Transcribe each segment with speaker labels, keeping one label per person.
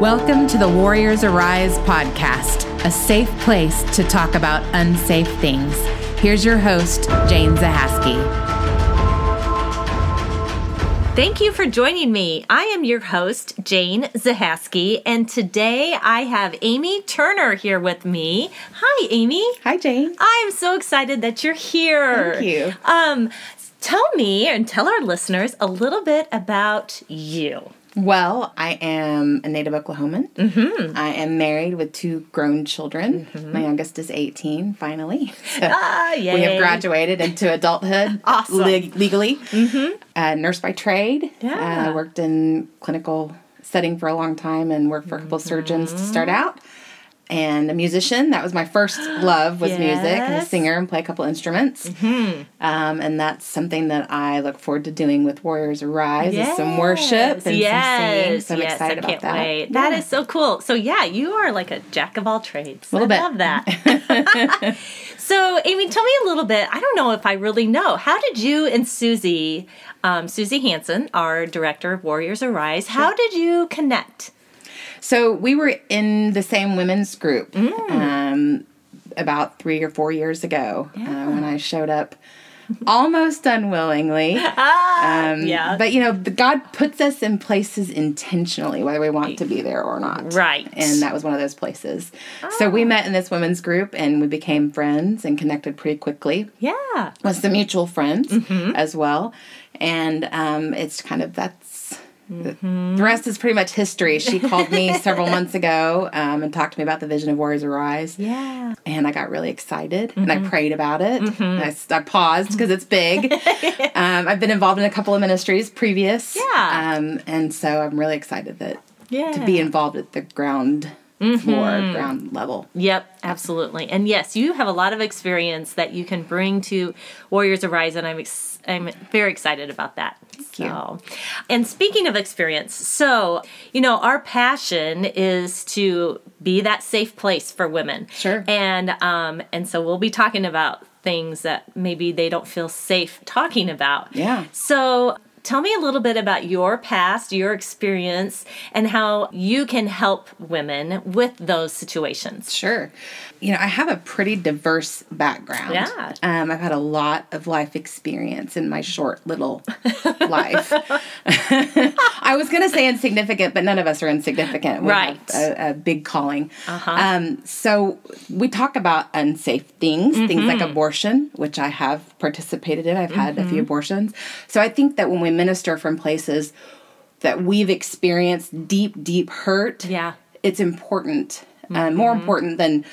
Speaker 1: Welcome to the Warriors Arise podcast, a safe place to talk about unsafe things. Here's your host, Jane Zahaski.
Speaker 2: Thank you for joining me. I am your host, Jane Zahaski, and today I have Amy Turner here with me. Hi, Amy.
Speaker 3: Hi, Jane.
Speaker 2: I'm so excited that you're here.
Speaker 3: Thank you.
Speaker 2: Um, tell me and tell our listeners a little bit about you.
Speaker 3: Well, I am a native Oklahoman. Mm-hmm. I am married with two grown children.
Speaker 1: Mm-hmm.
Speaker 3: My youngest is 18, finally. So
Speaker 2: Ah, yay.
Speaker 3: we have graduated into adulthood
Speaker 2: Awesome.
Speaker 3: leg- legally. Mm-hmm. Uh, nurse by trade.
Speaker 2: Yeah.
Speaker 3: Uh, worked in clinical setting for a long time and worked for a couple surgeons to start out. And a musician. That was my first love was music. I'm a
Speaker 2: Yes. Mm-hmm.
Speaker 3: singer and play a couple instruments. Um, and that's something that I look forward to doing with Warriors Arise is some worship and some singing. So I'm
Speaker 2: yes,
Speaker 3: excited
Speaker 2: I can't
Speaker 3: about that.
Speaker 2: wait.
Speaker 3: Yeah.
Speaker 2: That is so cool. So yeah, you are like a jack of all trades.
Speaker 3: Little
Speaker 2: I
Speaker 3: bit.
Speaker 2: love that. so Amy, tell me a little bit. I don't know if I really know. How did you and Susie, um, Susie Hansen, our director of Warriors Arise, how did you connect?
Speaker 3: So we were in the same women's group um, about three or four years ago uh, when I showed up, almost unwillingly.
Speaker 2: Ah,
Speaker 3: Um,
Speaker 2: yeah.
Speaker 3: But you know, the, God puts us in places intentionally, whether we want to be there or not.
Speaker 2: Right.
Speaker 3: And that was one of those places. So we met in this women's group, and we became friends and connected pretty quickly.
Speaker 2: yeah.
Speaker 3: with some mutual friends as well. And um, it's kind of that's the rest is pretty much history. She called me several months ago um, and talked to me about the vision of Warriors Arise.
Speaker 2: Yeah.
Speaker 3: And I got really excited and
Speaker 2: Mm-hmm.
Speaker 3: I prayed about it. And I, s- I paused because it's big. um, I've been involved in a couple of ministries previous.
Speaker 2: Yeah.
Speaker 3: Um, and so I'm really excited that
Speaker 2: Yeah. Mm-hmm.
Speaker 3: to be involved at the ground floor, ground level.
Speaker 2: Yep, absolutely. And yes, you have a lot of experience that you can bring to Warriors Arise, and I'm ex- I'm very excited about that. so, and speaking of experience, so you know our passion is to be that safe place for women.
Speaker 3: Sure.
Speaker 2: And um and so we'll be talking about things that maybe they don't feel safe talking about.
Speaker 3: Yeah.
Speaker 2: So tell me a little bit about your past, your experience, and how you can help women with those situations.
Speaker 3: Sure. You know, I have a pretty diverse background.
Speaker 2: Yeah.
Speaker 3: Um, I've had a lot of life experience in my short little life. I was going to say insignificant, but none of us are insignificant. We have
Speaker 2: Right.
Speaker 3: A, a big calling.
Speaker 2: Uh-huh.
Speaker 3: Um, so we talk about unsafe things, things
Speaker 2: Mm-hmm.
Speaker 3: like abortion, which I have participated in. I've had a few abortions. So I think that when we minister from places that we've experienced deep, deep hurt,
Speaker 2: Yeah. Mm-hmm.
Speaker 3: it's important, uh, more important than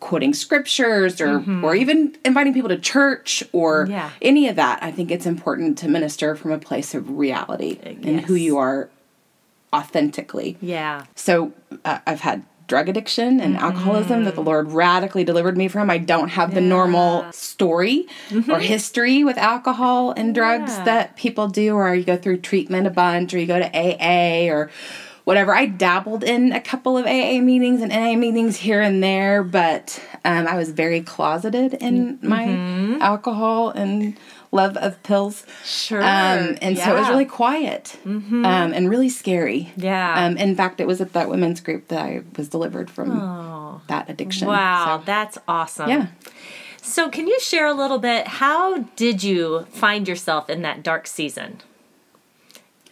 Speaker 3: quoting scriptures or or even inviting people to church or
Speaker 2: Mm-hmm. Yeah.
Speaker 3: any of that. I think it's important to minister from a place of reality and who
Speaker 2: yes.
Speaker 3: you are authentically.
Speaker 2: Yeah.
Speaker 3: So uh, I've had drug addiction and
Speaker 2: Mm-hmm.
Speaker 3: alcoholism that the Lord radically delivered me from. I don't have the normal story or history with alcohol and drugs
Speaker 2: Mm-hmm. Yeah.
Speaker 3: that people do, or you go through treatment a bunch, or you go to AA or whatever. I dabbled in a couple of AA meetings and AA meetings here and there, but um, I was very closeted in
Speaker 2: Mm-hmm.
Speaker 3: my alcohol and love of pills.
Speaker 2: Sure.
Speaker 3: Um, and so it was
Speaker 2: Yeah. Mm-hmm.
Speaker 3: really quiet um, and really scary.
Speaker 2: Yeah.
Speaker 3: Um, in fact, it was at that women's group that I was delivered from that addiction.
Speaker 2: Oh. Wow,
Speaker 3: Um, So,
Speaker 2: that's awesome.
Speaker 3: yeah.
Speaker 2: So, can you share a little bit? How did you find yourself in that dark season?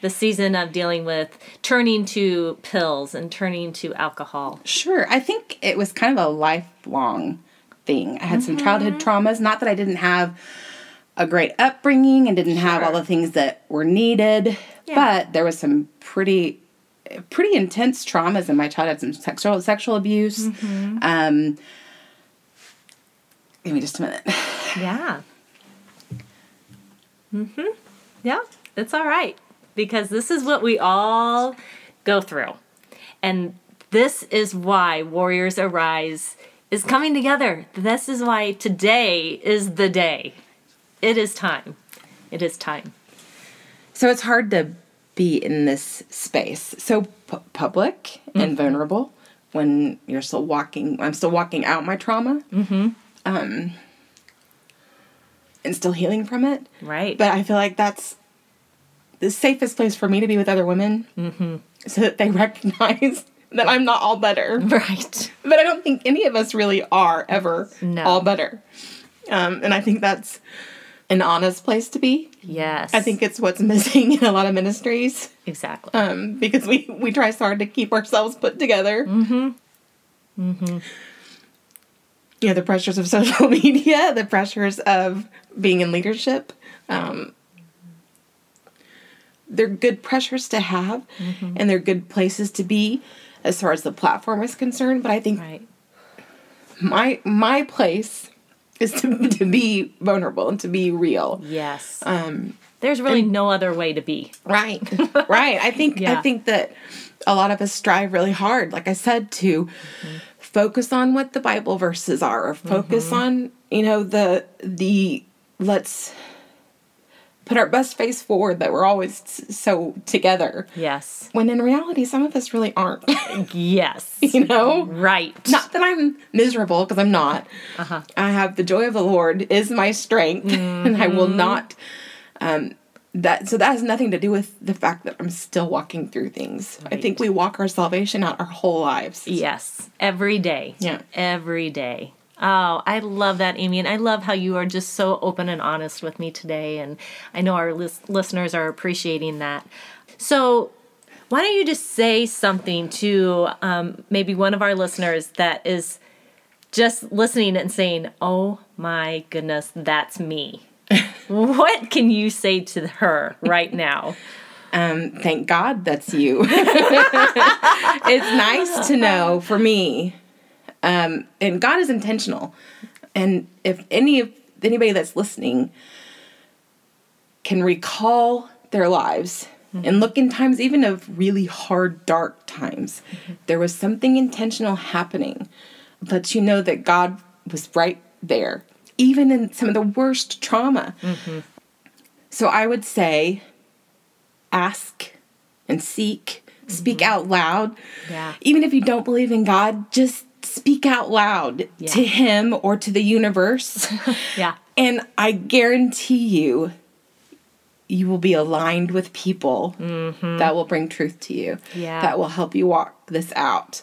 Speaker 2: The season of dealing with turning to pills and turning to alcohol.
Speaker 3: Sure. I think it was kind of a lifelong thing. I had some
Speaker 2: Mm-hmm.
Speaker 3: childhood traumas. Not that I didn't have a great upbringing and didn't have all
Speaker 2: Sure.
Speaker 3: the things that were needed,
Speaker 2: Yeah.
Speaker 3: but there was some pretty pretty intense traumas in my childhood some sexual sexual abuse
Speaker 2: Mm-hmm.
Speaker 3: um give me just a minute
Speaker 2: Yeah. Mhm. Yeah, it's all right because this is what we all go through. And this is why Warriors Arise is coming together. This is why today is the day. It is time. It is time.
Speaker 3: So it's hard to be in this space. So pu- public and vulnerable when you're still walking. I'm still walking out my trauma. Mm-hmm. Um, and still healing from it.
Speaker 2: Right.
Speaker 3: But I feel like that's the safest place for me to be with other women, mm-hmm. so that they recognize that I'm not all better.
Speaker 2: Right.
Speaker 3: But I don't think any of us really are ever
Speaker 2: No.
Speaker 3: all better. Um, and I think that's an honest place to be.
Speaker 2: Yes.
Speaker 3: I think it's what's missing in a lot of ministries
Speaker 2: exactly.
Speaker 3: um, because we, we try so hard to keep ourselves put together. Mm-hmm. Mm-hmm. You know, the pressures of social media, the pressures of being in leadership. Um, they're good pressures to have and they're good places to be as far as the platform is concerned. But I think
Speaker 2: right.
Speaker 3: my my place is to, to be vulnerable and to be real.
Speaker 2: Yes.
Speaker 3: Um,
Speaker 2: There's really no other way to be.
Speaker 3: Right. right. I think I
Speaker 2: Yeah.
Speaker 3: think that a lot of us strive really hard, like I said, to focus on what the Bible verses are or focus on, you know, the the let's put our best face forward that we're always s- so together.
Speaker 2: Yes.
Speaker 3: When in reality some of us really aren't,
Speaker 2: Yes.
Speaker 3: you know?
Speaker 2: Right.
Speaker 3: Not that I'm miserable because I'm not.
Speaker 2: Uh-huh.
Speaker 3: I have the joy of the Lord is my strength, and I will not. Um, that so that has nothing to do with the fact that I'm still walking through things. I think we walk our salvation out our whole lives.
Speaker 2: E Yes. Every day.
Speaker 3: Yeah.
Speaker 2: Every day. Oh, I love that, Amy. And I love how you are just so open and honest with me today. And I know our lis- listeners are appreciating that. So, why don't you just say something to um, maybe one of our listeners that is just listening and saying, Oh my goodness, that's me? what can you say to her right now?
Speaker 3: Um, thank God that's you. it's nice to know for me, um, and God is intentional. And if any of anybody that's listening can recall their lives and look in times even of really hard dark times there was something intentional happening let you know that god was right there even in some of the worst trauma so i would say ask and seek speak out loud
Speaker 2: Yeah.
Speaker 3: even if you don't believe in god just speak out loud to
Speaker 2: Yeah.
Speaker 3: him or to the universe
Speaker 2: Yeah.
Speaker 3: and I guarantee you, you will be aligned with people that will bring truth to you,
Speaker 2: Mm-hmm. Yeah.
Speaker 3: that will help you walk this out.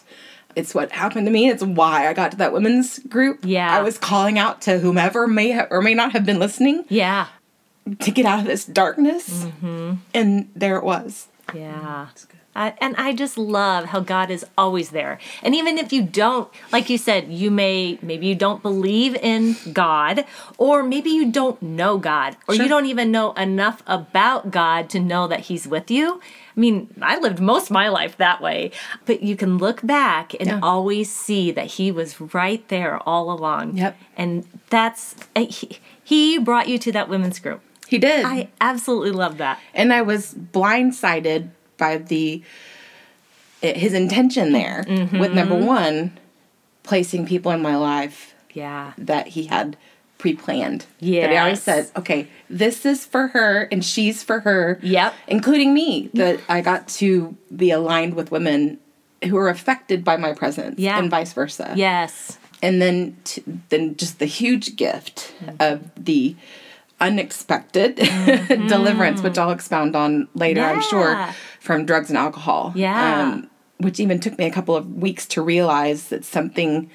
Speaker 3: It's what happened to me. It's why I got to that women's group.
Speaker 2: Yeah.
Speaker 3: I was calling out to whomever may ha- or may not have been listening
Speaker 2: Yeah.
Speaker 3: to get out of this darkness.
Speaker 2: Mm-hmm.
Speaker 3: And there it was.
Speaker 2: Yeah. I, and I just love how God is always there. And even if you don't, like you said, you may, maybe you don't believe in God, or maybe you don't know God, or
Speaker 3: Sure.
Speaker 2: you don't even know enough about God to know that He's with you. I mean, I lived most of my life that way, but you can look back and
Speaker 3: Yeah.
Speaker 2: always see that He was right there all along.
Speaker 3: Yep.
Speaker 2: And that's, eh, he, he brought you to that women's group.
Speaker 3: He did.
Speaker 2: I absolutely love that.
Speaker 3: and I was blindsided by the i- his intention there
Speaker 2: Mm-hmm.
Speaker 3: with number one, placing people in my life
Speaker 2: Yeah.
Speaker 3: that he had pre-planned. That he already
Speaker 2: Yes.
Speaker 3: said, okay, this is for her and she's for her.
Speaker 2: Yep.
Speaker 3: Including me. That I got to be aligned with women who are affected by my presence.
Speaker 2: Yeah.
Speaker 3: And vice versa.
Speaker 2: Yes.
Speaker 3: And then t- then just the huge gift
Speaker 2: Mm-hmm.
Speaker 3: of the unexpected deliverance, which I'll expound on later, I'm
Speaker 2: Mm-hmm. Yeah.
Speaker 3: sure, from drugs and alcohol. Um,
Speaker 2: Yeah.
Speaker 3: which even took me a couple of weeks to realize that something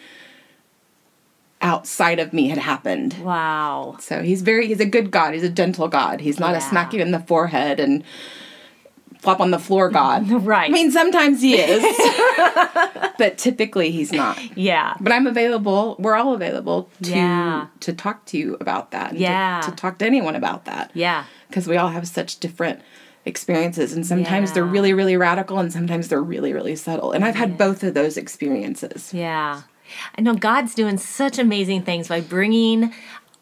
Speaker 3: outside of me had happened.
Speaker 2: Wow.
Speaker 3: So he's very he's a good God. He's a gentle God. He's not a
Speaker 2: Yeah.
Speaker 3: smack you in the forehead and flop on the floor God.
Speaker 2: Right.
Speaker 3: I mean sometimes he is. but typically he's not.
Speaker 2: Yeah.
Speaker 3: But I'm available. We're all available to
Speaker 2: Yeah.
Speaker 3: to talk to you about that. and to-
Speaker 2: Yeah.
Speaker 3: To, talk to anyone about that.
Speaker 2: Yeah.
Speaker 3: Because we all have such different experiences and sometimes they're
Speaker 2: Yeah.
Speaker 3: really really radical and sometimes they're really really subtle and i've had both of those experiences
Speaker 2: Yeah. I know God's doing such amazing things by bringing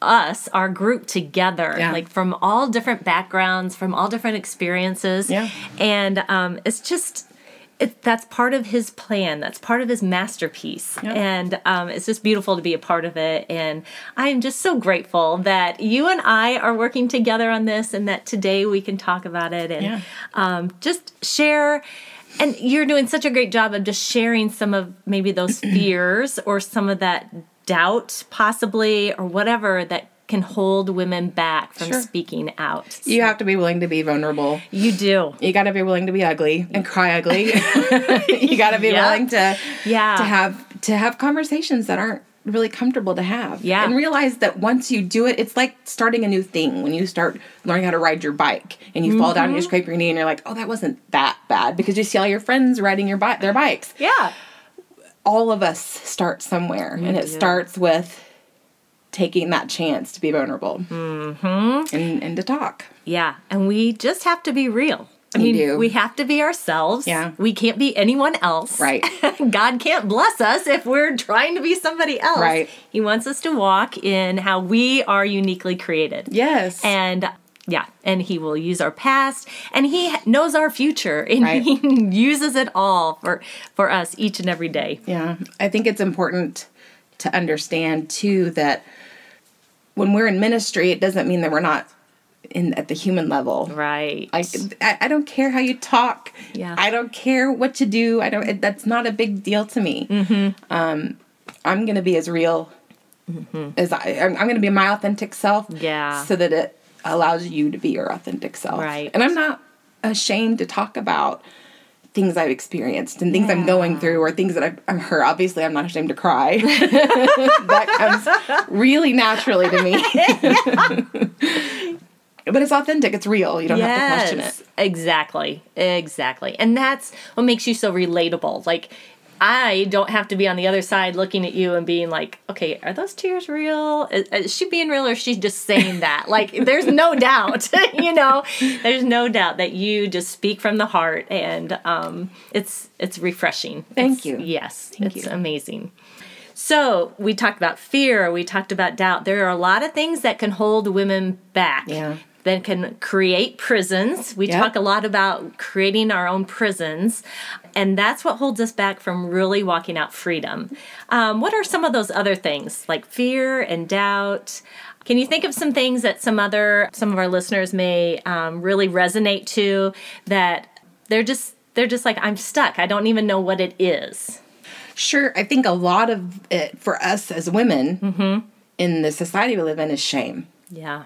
Speaker 2: us, our group together,
Speaker 3: Yeah.
Speaker 2: like from all different backgrounds, from all different experiences.
Speaker 3: Yeah.
Speaker 2: And um, it's just, it, that's part of his plan. That's part of his masterpiece. And um, it's just beautiful to be a part of it. And I am just so grateful that you and I are working together on this and that today we can talk about it. And
Speaker 3: Yeah.
Speaker 2: um, just share and you're doing such a great job of just sharing some of maybe those fears or some of that doubt possibly or whatever that can hold women back from
Speaker 3: Sure.
Speaker 2: speaking out.
Speaker 3: You have to be willing to be vulnerable.
Speaker 2: You do.
Speaker 3: You got to be willing to be ugly and cry ugly. you got to be
Speaker 2: Yeah.
Speaker 3: willing to
Speaker 2: Yeah.
Speaker 3: to have to have conversations that aren't really comfortable to have.
Speaker 2: Yeah.
Speaker 3: And realize that once you do it, it's like starting a new thing. When you start learning how to ride your bike and you fall down and you
Speaker 2: Mm-hmm.
Speaker 3: scrape your knee and you're like, "Oh, that wasn't that bad" because you see all your friends riding your bi- their bikes.
Speaker 2: Yeah.
Speaker 3: All of us start somewhere, and it
Speaker 2: do.
Speaker 3: starts with taking that chance to be vulnerable
Speaker 2: Mm-hmm.
Speaker 3: and and to talk.
Speaker 2: Yeah. And we just have to be real. I
Speaker 3: You
Speaker 2: mean,
Speaker 3: do.
Speaker 2: we have to be ourselves.
Speaker 3: Yeah.
Speaker 2: We can't be anyone else.
Speaker 3: Right.
Speaker 2: God can't bless us if we're trying to be somebody else.
Speaker 3: Right.
Speaker 2: He wants us to walk in how we are uniquely created.
Speaker 3: Yes.
Speaker 2: And yeah, and he will use our past and he knows our future and
Speaker 3: Right.
Speaker 2: he uses it all for for us each and every day.
Speaker 3: Yeah, I think it's important to understand too that when we're in ministry, it doesn't mean that we're not in at the human level.
Speaker 2: Right.
Speaker 3: Like I, I don't care how you talk.
Speaker 2: Yeah.
Speaker 3: I don't care what you do. I don't. It, that's not a big deal to me. Mm-hmm. Um, I'm gonna be as real as I. I'm, I'm gonna be my authentic self.
Speaker 2: Mm-hmm. Yeah.
Speaker 3: So that it allows you to be your authentic self.
Speaker 2: Right.
Speaker 3: And I'm not ashamed to talk about things I've experienced and things I'm going through or things that I've, I'm hurt. Obviously, I'm not ashamed to cry. that comes really naturally to me. But it's authentic. It's real. You don't have to question it.
Speaker 2: Exactly. Exactly. And that's what makes you so relatable. Like I don't have to be on the other side looking at you and being like, okay, are those tears real? Is, is she being real or is she just saying that? like, there's no doubt, you know, there's no doubt that you just speak from the heart and um, it's, it's refreshing. It's-
Speaker 3: Thank you.
Speaker 2: Yes.
Speaker 3: Thank
Speaker 2: it's
Speaker 3: you.
Speaker 2: amazing. So we talked about fear, we talked about doubt. There are a lot of things that can hold women back.
Speaker 3: Yeah.
Speaker 2: That can create prisons. We
Speaker 3: Yep.
Speaker 2: talk a lot about creating our own prisons, and that's what holds us back from really walking out freedom. Um, what are some of those other things, like fear and doubt? Can you think of some things that some other some of our listeners may um, really resonate to? That they're just they're just like I'm stuck. I don't even know what it is.
Speaker 3: Sure, I think a lot of it for us as women in the society we live in is shame.
Speaker 2: Yeah.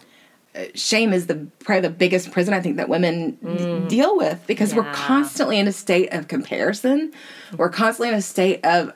Speaker 3: Shame is the probably the biggest prison I think that women d- deal with because we're
Speaker 2: Yeah.
Speaker 3: constantly in a state of comparison. We're constantly in a state of,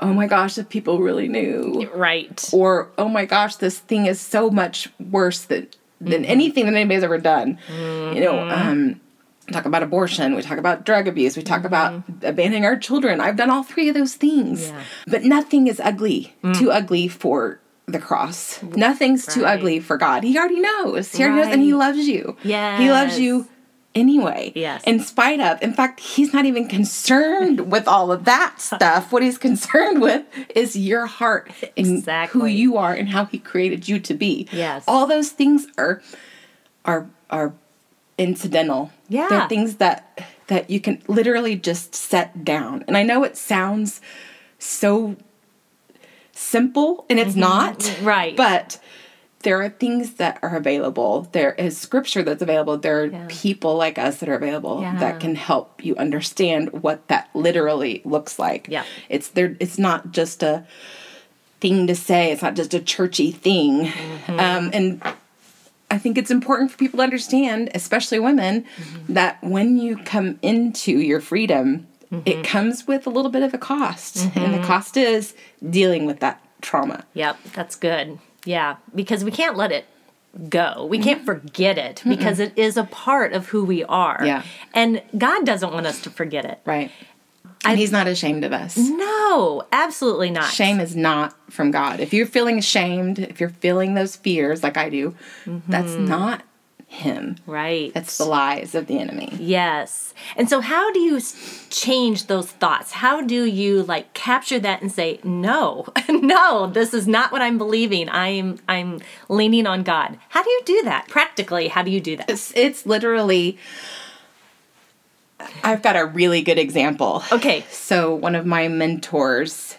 Speaker 3: oh my gosh, if people really knew,
Speaker 2: Right.
Speaker 3: or oh my gosh, this thing is so much worse than
Speaker 2: Mm-hmm.
Speaker 3: than anything that anybody's ever done. You know, um, we talk about abortion, we talk about drug abuse, we talk about abandoning our children. I've done all three of those things,
Speaker 2: Mm-hmm. Yeah. Mm.
Speaker 3: but nothing is ugly, too ugly for the cross. Nothing's too
Speaker 2: Right.
Speaker 3: ugly for God. He already knows. He already knows, and He
Speaker 2: Right.
Speaker 3: loves you. He loves
Speaker 2: Yes.
Speaker 3: you. Anyway,
Speaker 2: Yes.
Speaker 3: in spite of, in fact, he's not even concerned with all of that stuff. What he's concerned with is your heart and who
Speaker 2: Exactly.
Speaker 3: you are and how he created you to be.
Speaker 2: Yes.
Speaker 3: All those things are are are incidental.
Speaker 2: Yeah.
Speaker 3: They're things that that you can literally just set down. And I know it sounds so simple and it's not.
Speaker 2: Mm-hmm. Right.
Speaker 3: But there are things that are available. There is scripture that's available. There are
Speaker 2: Yeah.
Speaker 3: people like us that are available
Speaker 2: Yeah.
Speaker 3: that can help you understand what that literally looks like.
Speaker 2: Yeah.
Speaker 3: It's there it's not just a thing to say. It's not just a churchy thing. Um, and I think it's important for people to understand, especially women, that when you come into your freedom, it comes with a little bit of a cost. And the cost is dealing with that trauma.
Speaker 2: Yep, that's good. Yeah, because we can't let it go. We
Speaker 3: Mm-hmm.
Speaker 2: can't forget it because it is a part of who we are.
Speaker 3: Yeah.
Speaker 2: And God doesn't want us to forget it.
Speaker 3: Right. And he's not ashamed of us.
Speaker 2: No, absolutely not.
Speaker 3: Shame is not from God. If you're feeling ashamed, if you're feeling those fears like I do, that's not him.
Speaker 2: Right.
Speaker 3: That's the lies of the enemy.
Speaker 2: Yes. And so how do you s- change those thoughts? How do you like capture that and say, "No. no, this is not what I'm believing. I'm I'm leaning on God." How do you do that? Practically, how do you do that?
Speaker 3: It's, it's literally, I've got a really good example.
Speaker 2: Okay.
Speaker 3: So, one of my mentors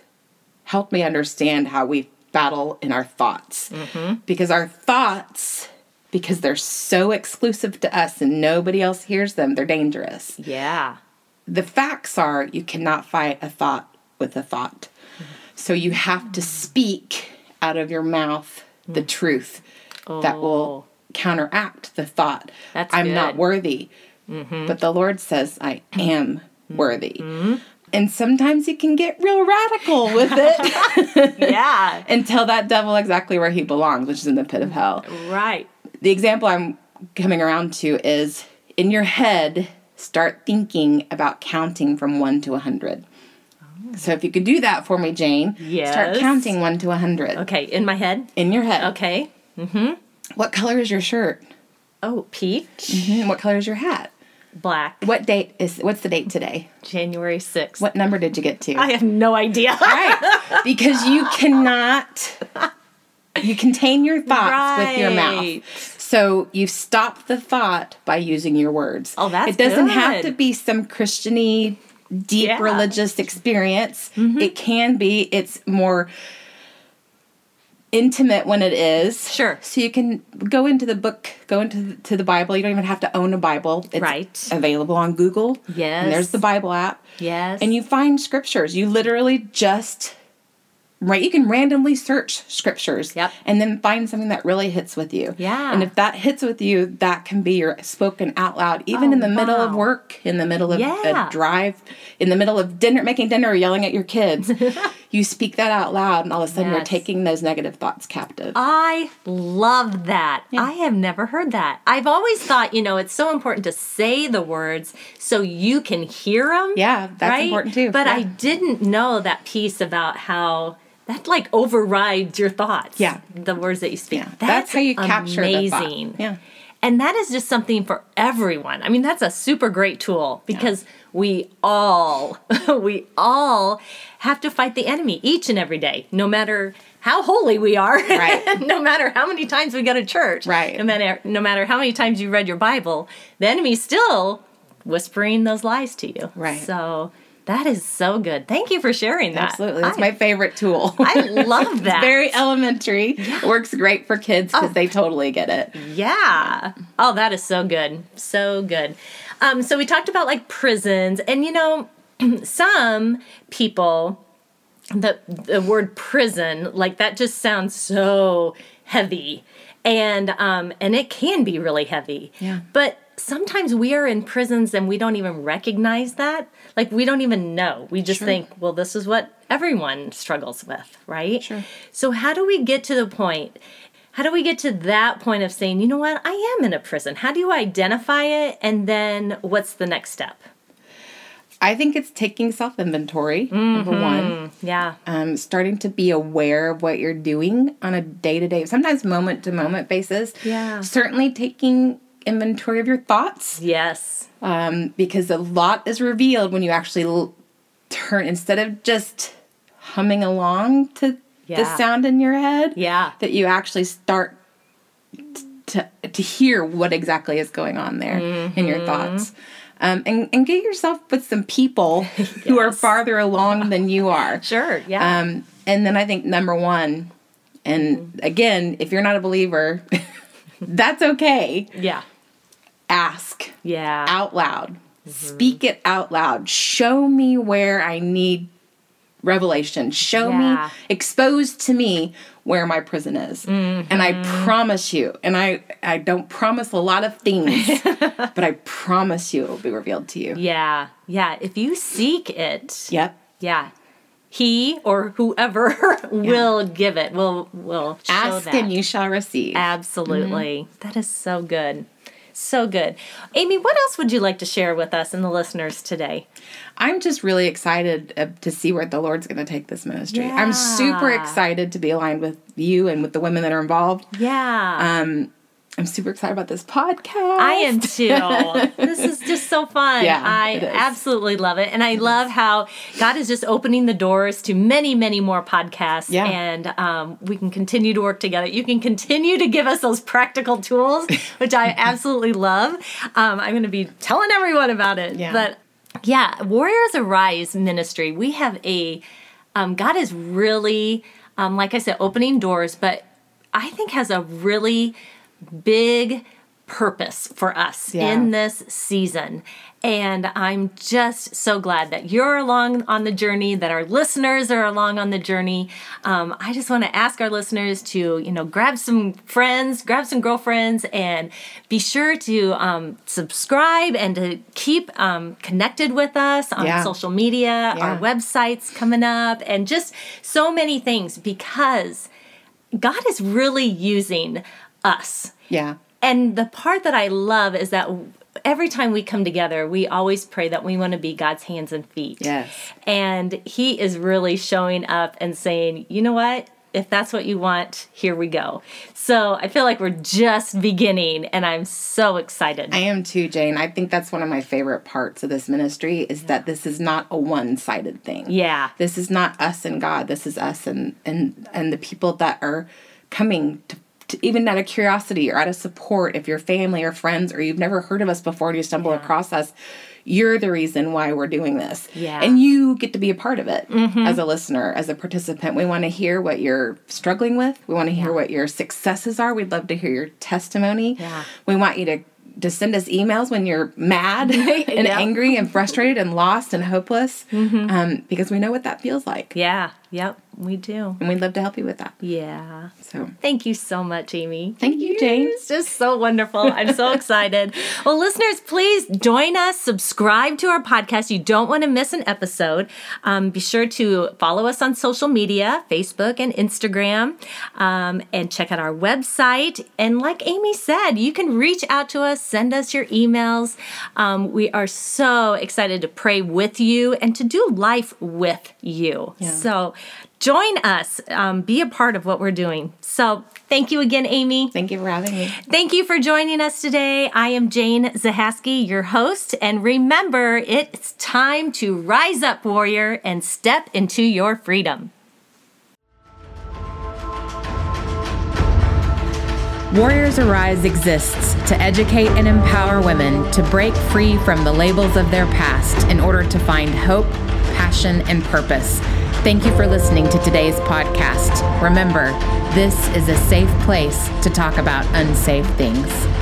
Speaker 3: helped me understand how we battle in our thoughts. Because our thoughts, because they're so exclusive to us and nobody else hears them, they're dangerous.
Speaker 2: Yeah.
Speaker 3: the facts are you cannot fight a
Speaker 2: Mm.
Speaker 3: thought with a thought. So you have to speak out of your mouth the truth that will counteract the thought
Speaker 2: Oh. That's
Speaker 3: I'm not
Speaker 2: good. Mm-hmm.
Speaker 3: worthy. But the Lord says I am
Speaker 2: Mm.
Speaker 3: worthy. And sometimes you can get real radical with it
Speaker 2: yeah.
Speaker 3: and tell that devil exactly where he belongs, which is in the pit of hell
Speaker 2: Right.
Speaker 3: the example I'm coming around to is in your head, start thinking about counting from 1 to 100. So if you could do that for me, Jane, start
Speaker 2: Oh. Yes.
Speaker 3: counting 1 to 100
Speaker 2: Okay. In my head.
Speaker 3: in your head.
Speaker 2: Okay.
Speaker 3: What color is your shirt?
Speaker 2: Oh, peach.
Speaker 3: Mhm. What color is your hat?
Speaker 2: Black.
Speaker 3: What date is what's the date today?
Speaker 2: January 6th.
Speaker 3: What number did you get to?
Speaker 2: I have no idea.
Speaker 3: right. Because you cannot you contain your thoughts with your mouth.
Speaker 2: Right.
Speaker 3: So you stop the thought by using your words.
Speaker 2: Oh, that's
Speaker 3: it doesn't have
Speaker 2: good.
Speaker 3: to be some Christiany deep
Speaker 2: Yeah. Mm-hmm.
Speaker 3: religious experience. It can be. It's more intimate when it is.
Speaker 2: Sure.
Speaker 3: So you can go into the book, go into the, to the Bible. You don't even have to own a Bible. It's
Speaker 2: Right.
Speaker 3: Available on Google.
Speaker 2: Yes.
Speaker 3: And there's the Bible app.
Speaker 2: Yes.
Speaker 3: And you find scriptures. You literally just right you can randomly search scriptures
Speaker 2: Yep.
Speaker 3: and then find something that really hits with you.
Speaker 2: Yeah.
Speaker 3: And if that hits with you, that can be your spoken out loud even
Speaker 2: Oh,
Speaker 3: in the middle of
Speaker 2: wow.
Speaker 3: work, in the middle of
Speaker 2: Yeah.
Speaker 3: a drive, in the middle of dinner making dinner or yelling at your kids. you speak that out loud and all of a sudden you're
Speaker 2: Yes. Oh,
Speaker 3: taking those negative thoughts captive.
Speaker 2: I love that. I have never heard that. I've always thought, you know, it's so important to say the words so you can hear them.
Speaker 3: Yeah, that's important too.
Speaker 2: But
Speaker 3: Yeah.
Speaker 2: I didn't know that piece about how that like overrides your thoughts.
Speaker 3: Yeah.
Speaker 2: The words that you speak.
Speaker 3: Yeah. That's how you capture the
Speaker 2: amazing.
Speaker 3: thought. Yeah.
Speaker 2: And that is just something for everyone. I mean, that's a super great tool because we all, we all have to fight the enemy each and every day, no matter how holy we are,
Speaker 3: Right.
Speaker 2: no matter how many times we go to church,
Speaker 3: Right.
Speaker 2: no matter, no matter how many times you read your Bible, the enemy's still whispering those lies to you.
Speaker 3: Right.
Speaker 2: So that is so good. Thank you for sharing that.
Speaker 3: Absolutely. That's
Speaker 2: I,
Speaker 3: my favorite tool.
Speaker 2: I love that. Oh.
Speaker 3: Very elementary. Works great for kids because they totally get it.
Speaker 2: Yeah. Oh, that is so good. So good. Um, so we talked about like prisons, and you know, some people the the word prison like that just sounds so heavy, and um, and it can be really heavy.
Speaker 3: Yeah.
Speaker 2: But sometimes we are in prisons and we don't even recognize that. Like we don't even know. We just
Speaker 3: Sure.
Speaker 2: think, well, this is what everyone struggles with, right?
Speaker 3: Sure.
Speaker 2: So how do we get to the point? How do we get to that point of saying, you know what, I am in a prison? How do you identify it? And then what's the next step?
Speaker 3: I think it's taking self inventory,
Speaker 2: Mm-hmm.
Speaker 3: number one.
Speaker 2: Yeah.
Speaker 3: Um, starting to be aware of what you're doing on a day to day, sometimes moment to moment basis.
Speaker 2: Yeah.
Speaker 3: Certainly taking inventory of your thoughts
Speaker 2: Yes.
Speaker 3: um, because a lot is revealed when you actually l- turn, instead of just humming along to the
Speaker 2: Yeah.
Speaker 3: sound in your head,
Speaker 2: Yeah.
Speaker 3: that you actually start to, to hear what exactly is going on there in
Speaker 2: Mm-hmm.
Speaker 3: your thoughts. Um, and, and get yourself with some people who are
Speaker 2: Yes.
Speaker 3: farther along than you are.
Speaker 2: Sure. Yeah.
Speaker 3: Um, and then I think number one, and
Speaker 2: Mm-hmm.
Speaker 3: again, if you're not a believer, that's okay.
Speaker 2: yeah.
Speaker 3: Ask
Speaker 2: Yeah.
Speaker 3: out loud,
Speaker 2: Mm-hmm.
Speaker 3: speak it out loud. Show me where I need revelation. Show
Speaker 2: Yeah.
Speaker 3: me, expose to me where my prison is. And I
Speaker 2: Mm-hmm.
Speaker 3: promise you, and I, I don't promise a lot of things, but I promise you it will be revealed to you.
Speaker 2: Yeah. Yeah. If you seek it,
Speaker 3: Yep.
Speaker 2: yeah. He or whoever will give it. Will will show
Speaker 3: Ask
Speaker 2: that.
Speaker 3: and you shall receive.
Speaker 2: Absolutely. That is so good. So good. Amy, what else would you like to share with us and the listeners today?
Speaker 3: I'm just really excited uh, to see where the Lord's going to take this ministry. I'm super
Speaker 2: Yeah.
Speaker 3: excited to be aligned with you and with the women that are involved.
Speaker 2: Yeah.
Speaker 3: Um, I'm super excited about this podcast.
Speaker 2: I am too. this is just so fun.
Speaker 3: Yeah,
Speaker 2: I
Speaker 3: it is.
Speaker 2: absolutely love it. And I love how God is just opening the doors to many, many more podcasts.
Speaker 3: Yeah.
Speaker 2: And um, we can continue to work together. You can continue to give us those practical tools, which I absolutely love. Um, I'm going to be telling everyone about it.
Speaker 3: Yeah.
Speaker 2: But yeah, Warriors Arise Ministry, we have a, um, God is really, um, like I said, opening doors, but I think has a really big purpose for us
Speaker 3: Yeah.
Speaker 2: in this season. And I'm just so glad that you're along on the journey, that our listeners are along on the journey. Um, I just want to ask our listeners to, you know, grab some friends, grab some girlfriends, and be sure to um, subscribe and to keep um, connected with us on
Speaker 3: Yeah.
Speaker 2: social media, our
Speaker 3: Yeah.
Speaker 2: websites coming up, and just so many things because God is really using us.
Speaker 3: Yeah.
Speaker 2: And the part that I love is that every time we come together, we always pray that we want to be God's hands and feet.
Speaker 3: Yes.
Speaker 2: And He is really showing up and saying, you know what? If that's what you want, here we go. So I feel like we're just beginning, and I'm so excited.
Speaker 3: I am too, Jane. I think that's one of my favorite parts of this ministry is that this is not a one-sided thing.
Speaker 2: yeah.
Speaker 3: This is not us and God. This is us and and and the people that are coming to, to even out of curiosity or out of support. If your family or friends or you've never heard of us before and you stumble across us, you're the reason why we're doing this.
Speaker 2: Yeah. Mm-hmm.
Speaker 3: and you get to be a part of it as a listener, as a participant. We want to hear what you're struggling with. We want to hear what your successes are. We'd love to hear your testimony.
Speaker 2: Yeah.
Speaker 3: We want you to to send us emails when you're mad and
Speaker 2: Yeah.
Speaker 3: angry and frustrated and lost and hopeless um, because we know what that feels like
Speaker 2: Yeah. Yep. We do.
Speaker 3: and we'd love to help you with that
Speaker 2: Yeah.
Speaker 3: so
Speaker 2: Thank you so much, Amy.
Speaker 3: thank you james
Speaker 2: It's just so wonderful. I'm so excited. Well, listeners, please join us, subscribe to our podcast. You don't want to miss an episode. Um, be sure to follow us on social media Facebook and Instagram, um, and check out our website. And like Amy said, you can reach out to us, send us your emails. Um, we are so excited to pray with you and to do life with you. So, Join us, um, be a part of what we're doing. So, thank you again, Amy.
Speaker 3: thank you for having me
Speaker 2: Thank you for joining us today. I am Jane Zahaski, your host, and remember, it's time to rise up, warrior, and step into your freedom.
Speaker 1: Warriors Arise exists to educate and empower women to break free from the labels of their past in order to find hope, passion, and purpose. Thank you for listening to today's podcast. Remember, this is a safe place to talk about unsafe things.